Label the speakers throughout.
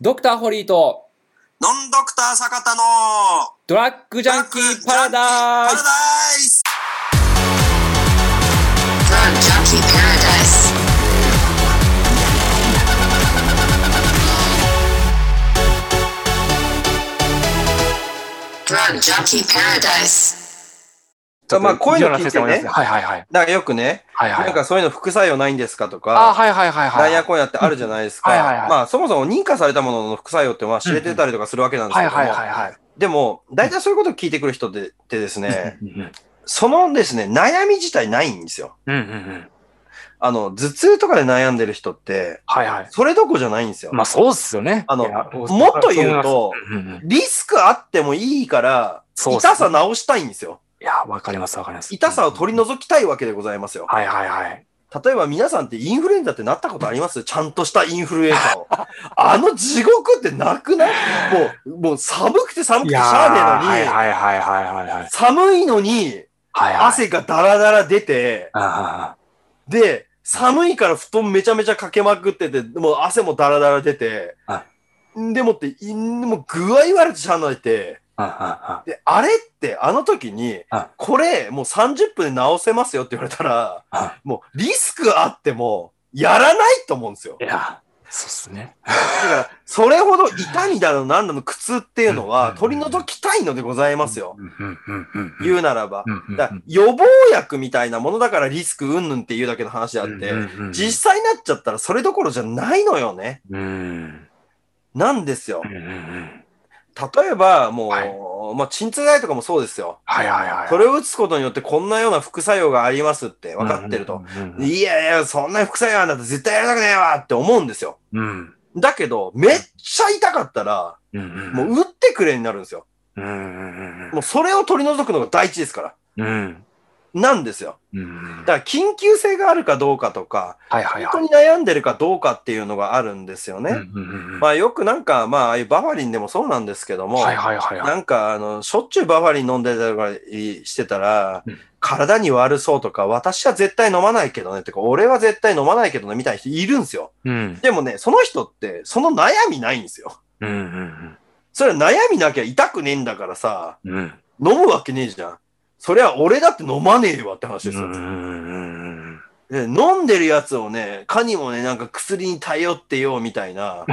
Speaker 1: ドクターホリーと
Speaker 2: ノンドクター坂田の
Speaker 1: ドラッグジャンキーパラダイ
Speaker 2: パラ
Speaker 1: ス
Speaker 2: ダイス
Speaker 3: Drug Junkie Paradise.
Speaker 4: だまあ、こういうの聞いて
Speaker 5: もらい
Speaker 4: ね。
Speaker 5: ます
Speaker 4: だか
Speaker 5: はいはいはい。
Speaker 4: らよくね、
Speaker 5: はいはい。
Speaker 4: なんかそういうの副作用ないんですかと
Speaker 5: あ
Speaker 4: か、
Speaker 5: はいはいはいはい。
Speaker 4: なんやこうやってあるじゃないですか。
Speaker 5: はいはいはい
Speaker 4: まあ、そもそも認可されたものの副作用ってまあ知れてたりとかするわけなんです
Speaker 5: は
Speaker 4: け
Speaker 5: い
Speaker 4: ども、
Speaker 5: はいはいはい。
Speaker 4: でも、大体そういうことを聞いてくる人でってですね、
Speaker 5: うんうん
Speaker 4: そのですね、悩み自体ないんですよ。
Speaker 5: うんうん。
Speaker 4: あの、頭痛とかで悩んでる人って、
Speaker 5: はいはい。
Speaker 4: それどころじゃないんですよ。
Speaker 5: まあそうっすよね。
Speaker 4: あの
Speaker 5: いや
Speaker 4: もっと言う、と、
Speaker 5: うんうんうん
Speaker 4: リスクあってもいいから、
Speaker 5: そうっす
Speaker 4: 痛さ治したいんですよ。
Speaker 5: いや、わかりますわかります。
Speaker 4: 痛さを取り除きたいわけでございますよ。
Speaker 5: はいはいはい。
Speaker 4: 例えば皆さんってインフルエンザってなったことありますちゃんとしたインフルエンザを。 あの地獄ってなくないもう、もう寒くて寒く
Speaker 5: い
Speaker 4: てし
Speaker 5: やー
Speaker 4: ゃあね
Speaker 5: は
Speaker 4: えのに、
Speaker 5: いはいはいはいはいはい。
Speaker 4: 寒いのに
Speaker 5: はいはい。
Speaker 4: 汗がダラダラ出て、
Speaker 5: ああ。
Speaker 4: で、寒いから布団めちゃめちゃかけまくってて、もう汗もダラダラ出て
Speaker 5: は、
Speaker 4: でもって、いもう具合悪くしゃあないって、
Speaker 5: ああ
Speaker 4: で、あれってあの時に
Speaker 5: はい、
Speaker 4: これもう30分で治せますよって言われたら
Speaker 5: は、
Speaker 4: もうリスクあっても、やらないと思うんですよ
Speaker 5: あ。い。や、そうっすね。
Speaker 4: だから、それほど痛みだの何だの苦痛っていうの
Speaker 5: うん
Speaker 4: は
Speaker 5: うん
Speaker 4: 取り除きたいのでございますよ。
Speaker 5: うんうんうんうんうん。
Speaker 4: 言うならば。
Speaker 5: うんうんうん、
Speaker 4: だから予防薬みたいなものだからリスクうんぬんっていうだけの話であっ
Speaker 5: うん
Speaker 4: て、
Speaker 5: うんうん、
Speaker 4: 実際になっちゃったらそれどころじゃないのよね。
Speaker 5: うんうん
Speaker 4: なんですよ
Speaker 5: う。んうん。
Speaker 4: 例えば、もう、
Speaker 5: はい
Speaker 4: まあ、鎮痛剤とかもそうですよ。
Speaker 5: はいはいはい。
Speaker 4: それを打つことによってこんなような副作用がありますって分
Speaker 5: 分
Speaker 4: かってると。。
Speaker 5: うん
Speaker 4: いやいや、そんな副作用なんだって絶対やりたくねえわって思うんですよ。
Speaker 5: うん
Speaker 4: だけど、めっちゃ痛かったら、
Speaker 5: うんうん。
Speaker 4: もう打ってくれになるんですよ。
Speaker 5: うんうん
Speaker 4: もうそれを取り除くのが第一ですから。
Speaker 5: うんうん。
Speaker 4: なんですよ。
Speaker 5: うん。
Speaker 4: だから緊急性があるかどうかとか、
Speaker 5: はいはい
Speaker 4: 本
Speaker 5: は
Speaker 4: 当
Speaker 5: い。
Speaker 4: に悩んでるかどうかっていうのがあるんですよね。
Speaker 5: うんうんうんうん
Speaker 4: まあよくなんか、まあああいうバファリンでもそうなんですけども、
Speaker 5: はいはいはいはい。
Speaker 4: なんかあの、しょっちゅうバファリン飲んでたりとかしてたら、
Speaker 5: うん
Speaker 4: 体に悪そうとか、私は絶対飲まないけどねとか、俺は絶対飲まないけどねみたいな人いるんですよ。
Speaker 5: うん。
Speaker 4: でもね、その人ってその悩みないんですよ。
Speaker 5: うんうん
Speaker 4: それは悩みなきゃ痛くねえんだからさ、
Speaker 5: うん。うん。
Speaker 4: 飲むわけねえじゃん。そりゃ俺だって飲まねえわって話ですよ。
Speaker 5: うん
Speaker 4: で飲んでるやつをね、かにもね、なんか薬に頼ってよみたい な。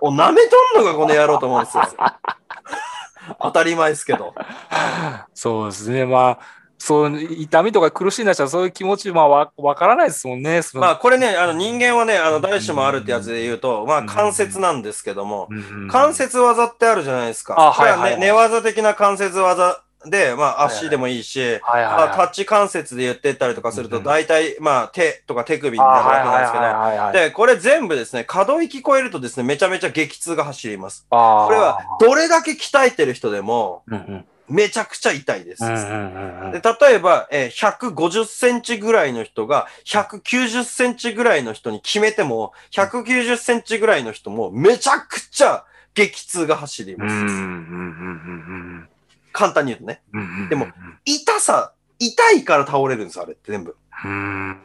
Speaker 4: お、舐めとんのか、この野郎と思うんですよ。当たり前ですけど。
Speaker 5: そうですね。まあ、そう、痛みとか苦しいなしたらそういう気持ち、まあ、わわからないですもんね。その
Speaker 4: まあ、これね、あの人間はね、あの誰しもあるってやつで言うと、まあ、関節なんですけども、
Speaker 5: うん
Speaker 4: 関節技ってあるじゃないですか。
Speaker 5: あはいはい
Speaker 4: これね寝技的な関節技で、まあ、足でもいいし、
Speaker 5: はいはいはい。
Speaker 4: まあ、タッチ関節で言ってったりとかすると、
Speaker 5: うん
Speaker 4: 大体、まあ、手とか手首になる
Speaker 5: あ
Speaker 4: わ
Speaker 5: はい
Speaker 4: けなん
Speaker 5: はい
Speaker 4: ですけど、
Speaker 5: はいはいはい。
Speaker 4: で、これ全部ですね、可動域超えるとですね、めちゃめちゃ激痛が走ります。
Speaker 5: あー
Speaker 4: これは、どれだけ鍛えてる人でも、
Speaker 5: うんうん
Speaker 4: めちゃくちゃ痛いです。
Speaker 5: うんうんうんうん
Speaker 4: で例えば、えー150センチぐらいの人が、190センチぐらいの人に決めても、190センチぐらいの人も、めちゃくちゃ激痛が走り
Speaker 5: うんう
Speaker 4: ます。
Speaker 5: んうん
Speaker 4: 簡単に言うとね。
Speaker 5: うんうん。
Speaker 4: でも痛さ、痛いから倒れるんです、あれって全部。
Speaker 5: うん、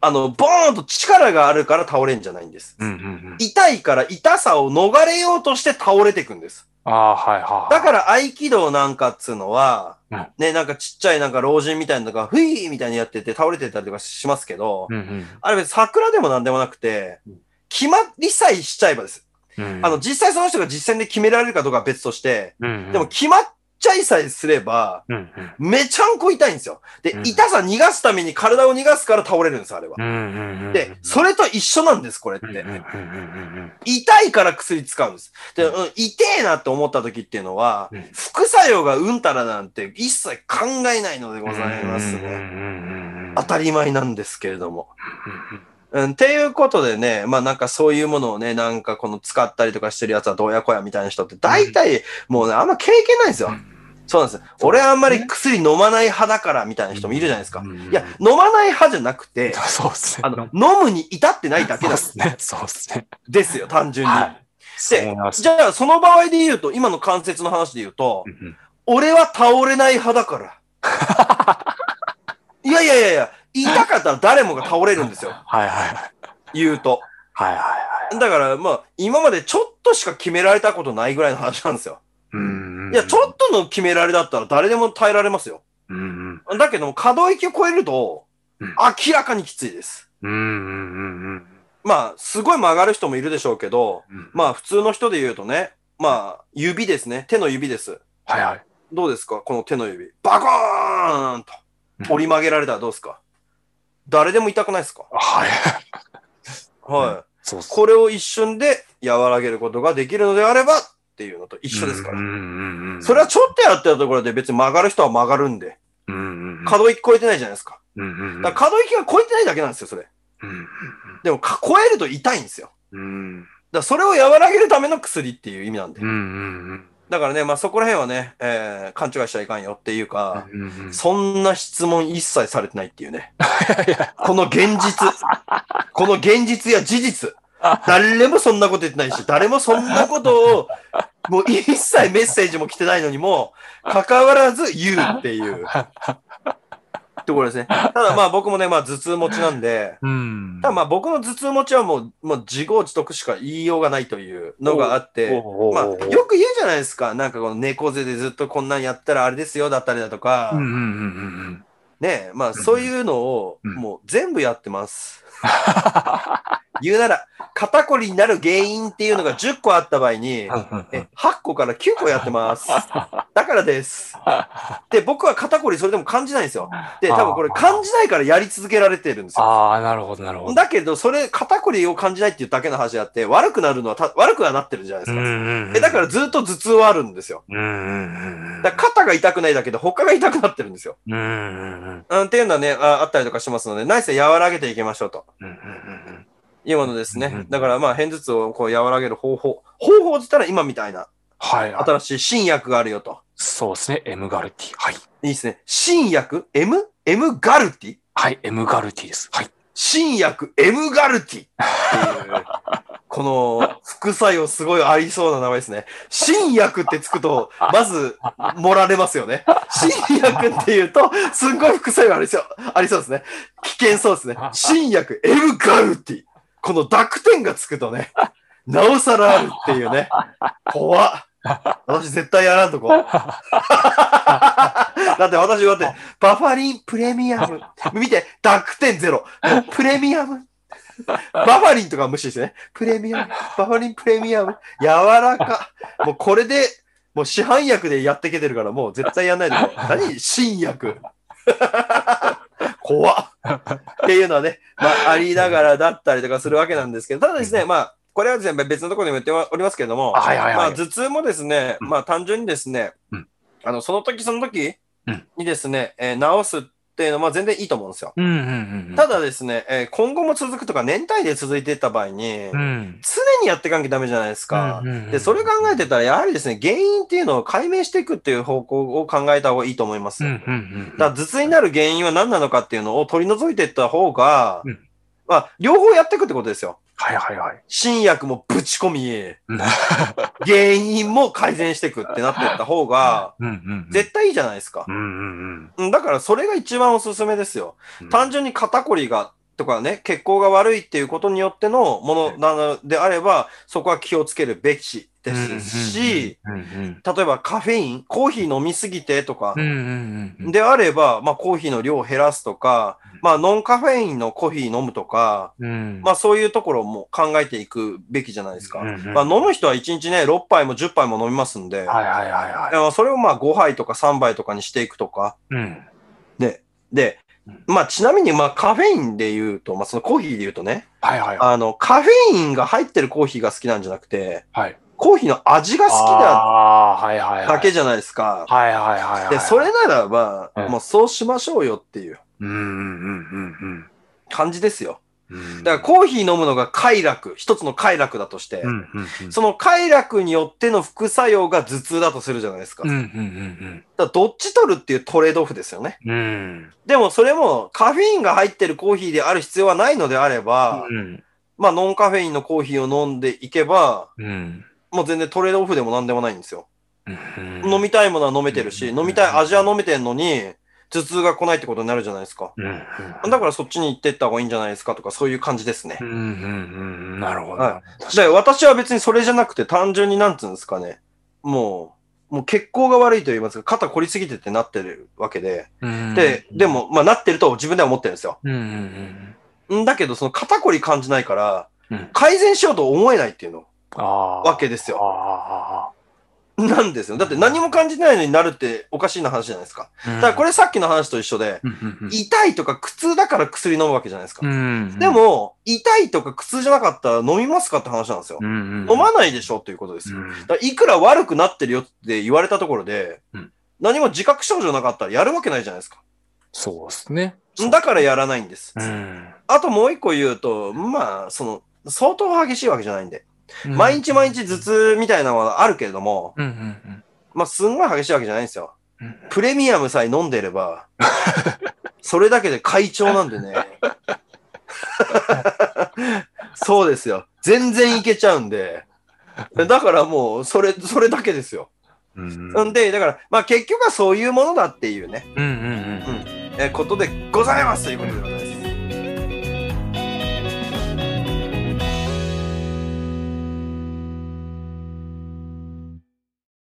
Speaker 4: あの、ボーンと力があるから倒れんじゃないんです。
Speaker 5: うんうんうん。
Speaker 4: 痛いから痛さを逃れようとして倒れていくんです。
Speaker 5: ああー、はいはいはい。
Speaker 4: だから合気道なんかっつうのは、
Speaker 5: うん
Speaker 4: ね、なんかちっちゃいなんか老人みたいなのが、ふいーみたいにやってて倒れてたりとかしますけど、
Speaker 5: うん
Speaker 4: あれ別に桜でもなんでもなくて、決まりさえしちゃえばです。
Speaker 5: うん、うん
Speaker 4: あの、、実際その人が実践で決められるかどうかは別として、
Speaker 5: うんうん、
Speaker 4: でも、決まっちゃいさえすれば、
Speaker 5: うんうん
Speaker 4: めちゃんこ痛いんですよ。で
Speaker 5: う、ん
Speaker 4: 痛さ逃がすために体を逃がすから倒れるんです、あれは
Speaker 5: う。んうんうん、
Speaker 4: で、それと一緒なんです、これっ
Speaker 5: うんうん
Speaker 4: て
Speaker 5: う。んうん
Speaker 4: 痛いから薬使うんです。で、うん痛えなって思った時っていうのは
Speaker 5: うん、
Speaker 4: 副作用がうんたらなんて一切考えないので
Speaker 5: うん、
Speaker 4: ございます
Speaker 5: うんうん
Speaker 4: ね。
Speaker 5: うんうん、
Speaker 4: 当たり前なんですけれども。うん、っていうことでね、まあなんかそういうものをね、なんかこの使ったりとかしてるやつはどうやこうやみたいな人って大体もうね、あんま経験ないんですよ。そうなんです。俺はあんまり薬飲まない派だからみたいな人もいるじゃないですか。
Speaker 5: うん
Speaker 4: いや、飲まない派じゃなくて、
Speaker 5: そうですね。
Speaker 4: あの、飲むに至ってないだけ
Speaker 5: そう
Speaker 4: なん
Speaker 5: で
Speaker 4: です
Speaker 5: すね。そうですね。
Speaker 4: ですよ、単純に。
Speaker 5: はい。そう
Speaker 4: で
Speaker 5: 思います
Speaker 4: じゃあその場合で言うと、今の関節の話で言うと
Speaker 5: う、んうん
Speaker 4: 俺は倒れない派だから。いやいやいやいや、痛かったら誰もが倒れるんですよ、
Speaker 5: はいはいはい。
Speaker 4: 言うと。
Speaker 5: はいはいはい。
Speaker 4: だから、まあ、今までちょっとしか決められたことないぐらいの話なんですよ。
Speaker 5: うん
Speaker 4: いや、ちょっとの決められだったら誰でも耐えられますよ。
Speaker 5: うんうん
Speaker 4: だけども、可動域を超えると、
Speaker 5: うん
Speaker 4: 明らかにきついです。
Speaker 5: うんうんうんうん
Speaker 4: まあ、すごい曲がる人もいるでしょうけど、
Speaker 5: うん
Speaker 4: まあ、普通の人で言うとね、まあ、指ですね。手の指です。
Speaker 5: あはいはい
Speaker 4: どうですかこの手の指。バコーンと折り曲げられたらどうですか誰でも痛くないですか
Speaker 5: はいう
Speaker 4: はい。
Speaker 5: そうっす
Speaker 4: これを一瞬で和らげることができるのであればっていうのと一緒ですか
Speaker 5: う
Speaker 4: ら。
Speaker 5: んうんうん
Speaker 4: それはちょっとやってたところで別に曲がる人は曲がるんで、
Speaker 5: うんうんうん
Speaker 4: 可動域超えてないじゃないですか。
Speaker 5: うんうんうん
Speaker 4: だから可動域が超えてないだけなんですよ、それ。
Speaker 5: うん
Speaker 4: でもか、超えると痛いんですよ。
Speaker 5: うん
Speaker 4: だからそれを和らげるための薬っていう意味なんで
Speaker 5: うんう。ん
Speaker 4: だからね、まあそこら辺はね、えー、勘違いしちゃいかんよっていうか、
Speaker 5: うんうんうん
Speaker 4: そんな質問一切されてないっていう ね。この現実。この現実や事実。誰もそんなこと言ってないし、誰もそんなことを、もう一切メッセージも来てないのにも、関わらず言うって いう。ところですね。ただまあ僕もね、まあ頭痛持ちなんで、
Speaker 5: うん
Speaker 4: ただまあ僕の頭痛持ちはもう、もう自業自得しか言いようがないというのがあって、
Speaker 5: おうおう
Speaker 4: まあ、
Speaker 5: おう
Speaker 4: よく言うじゃないですか。なんかこの猫背でずっとこんなんやったらあれですよだったりだとか、
Speaker 5: うんうんうんうんうん
Speaker 4: ねまあそういうのを
Speaker 5: うん
Speaker 4: もう全部やって ます。言うなら、肩こりになる原因っていうのが10個あった場合に、え8個から9個やって ます。だからです。で、僕は肩こりそれでも感じないんですよ。で、多分これ感じないからやり続けられてるんですよ。
Speaker 5: ああ、なるほど、なるほど。
Speaker 4: だけど、それ、肩こりを感じないっていうだけの話であって、悪くなるのはた、悪くはなってるじゃないで
Speaker 5: う
Speaker 4: す
Speaker 5: んう
Speaker 4: か。
Speaker 5: んうん
Speaker 4: えだから、ずっと頭痛はあるんですよ。
Speaker 5: うんうんうん。
Speaker 4: だから肩が痛くないだけで他が痛くなってるんですよ。
Speaker 5: うんうんうん
Speaker 4: うん、っていうのはねあ、あったりとかしますので、ナイスで和らげていきましょうと。
Speaker 5: うんうん
Speaker 4: 今のです
Speaker 5: うんう
Speaker 4: ね
Speaker 5: ん。
Speaker 4: だからまあ、片頭痛をこう和らげる方法。方法って言ったら今みたいな
Speaker 5: はい。あ
Speaker 4: 新しい新薬があるよと。
Speaker 5: そうですね。M ガルティ。はい。
Speaker 4: いいですね。新薬 ?M? M ガルティ
Speaker 5: はい。M ガルティです。はい。
Speaker 4: 新薬 M ガルティっていう、この副作用すごいありそうな名前ですね。新薬ってつくと、まず盛られますよね。新薬っていうと、すんごい副作用ありそう、ありそうですね。危険そう ですね。新薬 M ガルティ。この濁点がつくとね、なおさらあるっていうね。怖っ。私絶対やらんとこ。だって私だって、バファリンプレミアム。見て、濁点ゼロ。プレミアム。バファリンとか無視してね。プレミアム。バファリンプレミアム。柔らか。もうこれで、もう市販薬でやってきてるから、もう絶対やんないでくれ。何新薬。怖っ。っていうのはね、まあ、ありながらだったりとかするわけなんですけど、ただですね、まあ、これはですね、別のところにも言っておりますけれども、
Speaker 5: はいはい
Speaker 4: ま
Speaker 5: は
Speaker 4: あ、
Speaker 5: い。
Speaker 4: 頭痛もですね、
Speaker 5: うん
Speaker 4: まあ、単純にですね、
Speaker 5: うん
Speaker 4: あの、その時その時
Speaker 5: うん
Speaker 4: にですね、えー治すっていうのはまあ全然いいと思うんですよ。
Speaker 5: うんうんうん。
Speaker 4: ただですね、えー今後も続くとか、年単位で続いていった場合に、
Speaker 5: うん。
Speaker 4: 常にやっていかなきゃダメじゃないですか。で、それ考えてたら、やはりですね、原因っていうのを解明していくっていう方向を考えた方がいいと思います。
Speaker 5: うんうん
Speaker 4: だから
Speaker 5: うん。
Speaker 4: 頭痛になる原因は何なのかっていうのを取り除いていった方が、
Speaker 5: うん
Speaker 4: まあ、両方やっていくってことですよ。
Speaker 5: はいはいはい。
Speaker 4: 新薬もぶち込み、
Speaker 5: うん
Speaker 4: 原因も改善していくってなっていった方が、
Speaker 5: うんうん。
Speaker 4: 絶対いいじゃないですか
Speaker 5: う。んうん
Speaker 4: うんだからそれが一番おすすめですよ。
Speaker 5: うん。
Speaker 4: 単純に肩こりが、とかね、血行が悪いっていうことによってのものなのであれば、そこは気をつけるべきですし、
Speaker 5: うんうん
Speaker 4: 例えばカフェイン、コーヒー飲みすぎてとか
Speaker 5: うん。うんうんうん。
Speaker 4: であれば、まあコーヒーの量を減らすとか、まあノンカフェインのコーヒー飲むとか、
Speaker 5: うん。
Speaker 4: まあそういうところも考えていくべきじゃないですか。
Speaker 5: うんうん
Speaker 4: まあ飲む人は1日ね、6杯も10杯も飲みますんで、
Speaker 5: はいはいはいはい。
Speaker 4: でもそれをまあ5杯とか3杯とかにしていくとか、
Speaker 5: うん。
Speaker 4: で
Speaker 5: うん、
Speaker 4: まあ、ちなみに、まあ、カフェインで言うと、まあ、そのコーヒーで言うとね、
Speaker 5: はいはいはい。
Speaker 4: あの、カフェインが入ってるコーヒーが好きなんじゃなくて、
Speaker 5: はい。
Speaker 4: コーヒーの味が好きな
Speaker 5: ああ、はいはいはい。
Speaker 4: だけじゃないですか。
Speaker 5: はいはいはいはい。
Speaker 4: で、それならば
Speaker 5: う、ん
Speaker 4: もうそうしましょうよっていう
Speaker 5: うんうんうん
Speaker 4: 感じですよ。
Speaker 5: うんうん。
Speaker 4: だから、コーヒー飲むのが快楽、一つの快楽だとして
Speaker 5: う、んうんうん。
Speaker 4: その快楽によっての副作用が頭痛だとするじゃないですか。
Speaker 5: うんう
Speaker 4: だか
Speaker 5: ん
Speaker 4: らどっち取るっていうトレードオフですよね。
Speaker 5: うんうん。
Speaker 4: でも、それもカフェインが入ってるコーヒーである必要はないのであれば、
Speaker 5: うん。
Speaker 4: まあ、ノンカフェインのコーヒーを飲んでいけば、
Speaker 5: うん。
Speaker 4: もう全然トレードオフでも何でもないんですよ。
Speaker 5: うん
Speaker 4: 飲みたいものは飲めてるし、
Speaker 5: うん
Speaker 4: 飲みたい味は飲めてるのに、頭痛が来ないってことになるじゃないですか。
Speaker 5: うんうん
Speaker 4: だからそっちに行ってった方がいいんじゃないですかとか、そういう感じですね
Speaker 5: う。んうんうんなるほど。
Speaker 4: はで、私は別にそれじゃなくて、単純になんつうんですかね。もう、もう血行が悪いと言いますか、肩凝りすぎてってなってるわけで。
Speaker 5: うん
Speaker 4: で、で、も、まあなってると自分では思ってるんですよ。
Speaker 5: うんうん
Speaker 4: んだけど、その肩こり感じないから、
Speaker 5: うんうん。
Speaker 4: 改善しようと思えないっていうの、
Speaker 5: ああ。
Speaker 4: わけですよ。
Speaker 5: あ
Speaker 4: なんですよ。だって何も感じないのになるっておかしいな話じゃないですか。
Speaker 5: あ。
Speaker 4: だからこ
Speaker 5: れ、
Speaker 4: れさっきの話と一緒で、痛いとか苦痛だから薬飲むわけじゃないですか。
Speaker 5: うん。
Speaker 4: で、も、痛いとか苦痛じゃなかったら飲みますかって話なんですよ。
Speaker 5: 飲
Speaker 4: 飲まないでしょっていうことですよ。だからいくら悪くなってるよって言われたところで、
Speaker 5: うん
Speaker 4: 何も自覚症状なかったらやるわけないじゃないですか。
Speaker 5: そうですね。
Speaker 4: だからやらないんです。
Speaker 5: うん。
Speaker 4: あともう一個言うと、まあ、その、相当激しいわけじゃないんで、毎日毎日頭痛みたいなのはあるけれども、
Speaker 5: うんうん
Speaker 4: まあ、すんごい激しいわけじゃないんですよ。
Speaker 5: うんうん。
Speaker 4: プレミアムさえ飲んでれ ば、それだけで快調なんでね。そうですよ。全然いけちゃうんで。だからもう、それ、それだけですよ。
Speaker 5: うんうん
Speaker 4: んで、だから、まあ結局はそういうものだっていうね、
Speaker 5: うんうんうん。
Speaker 4: えーことでございますということでございます。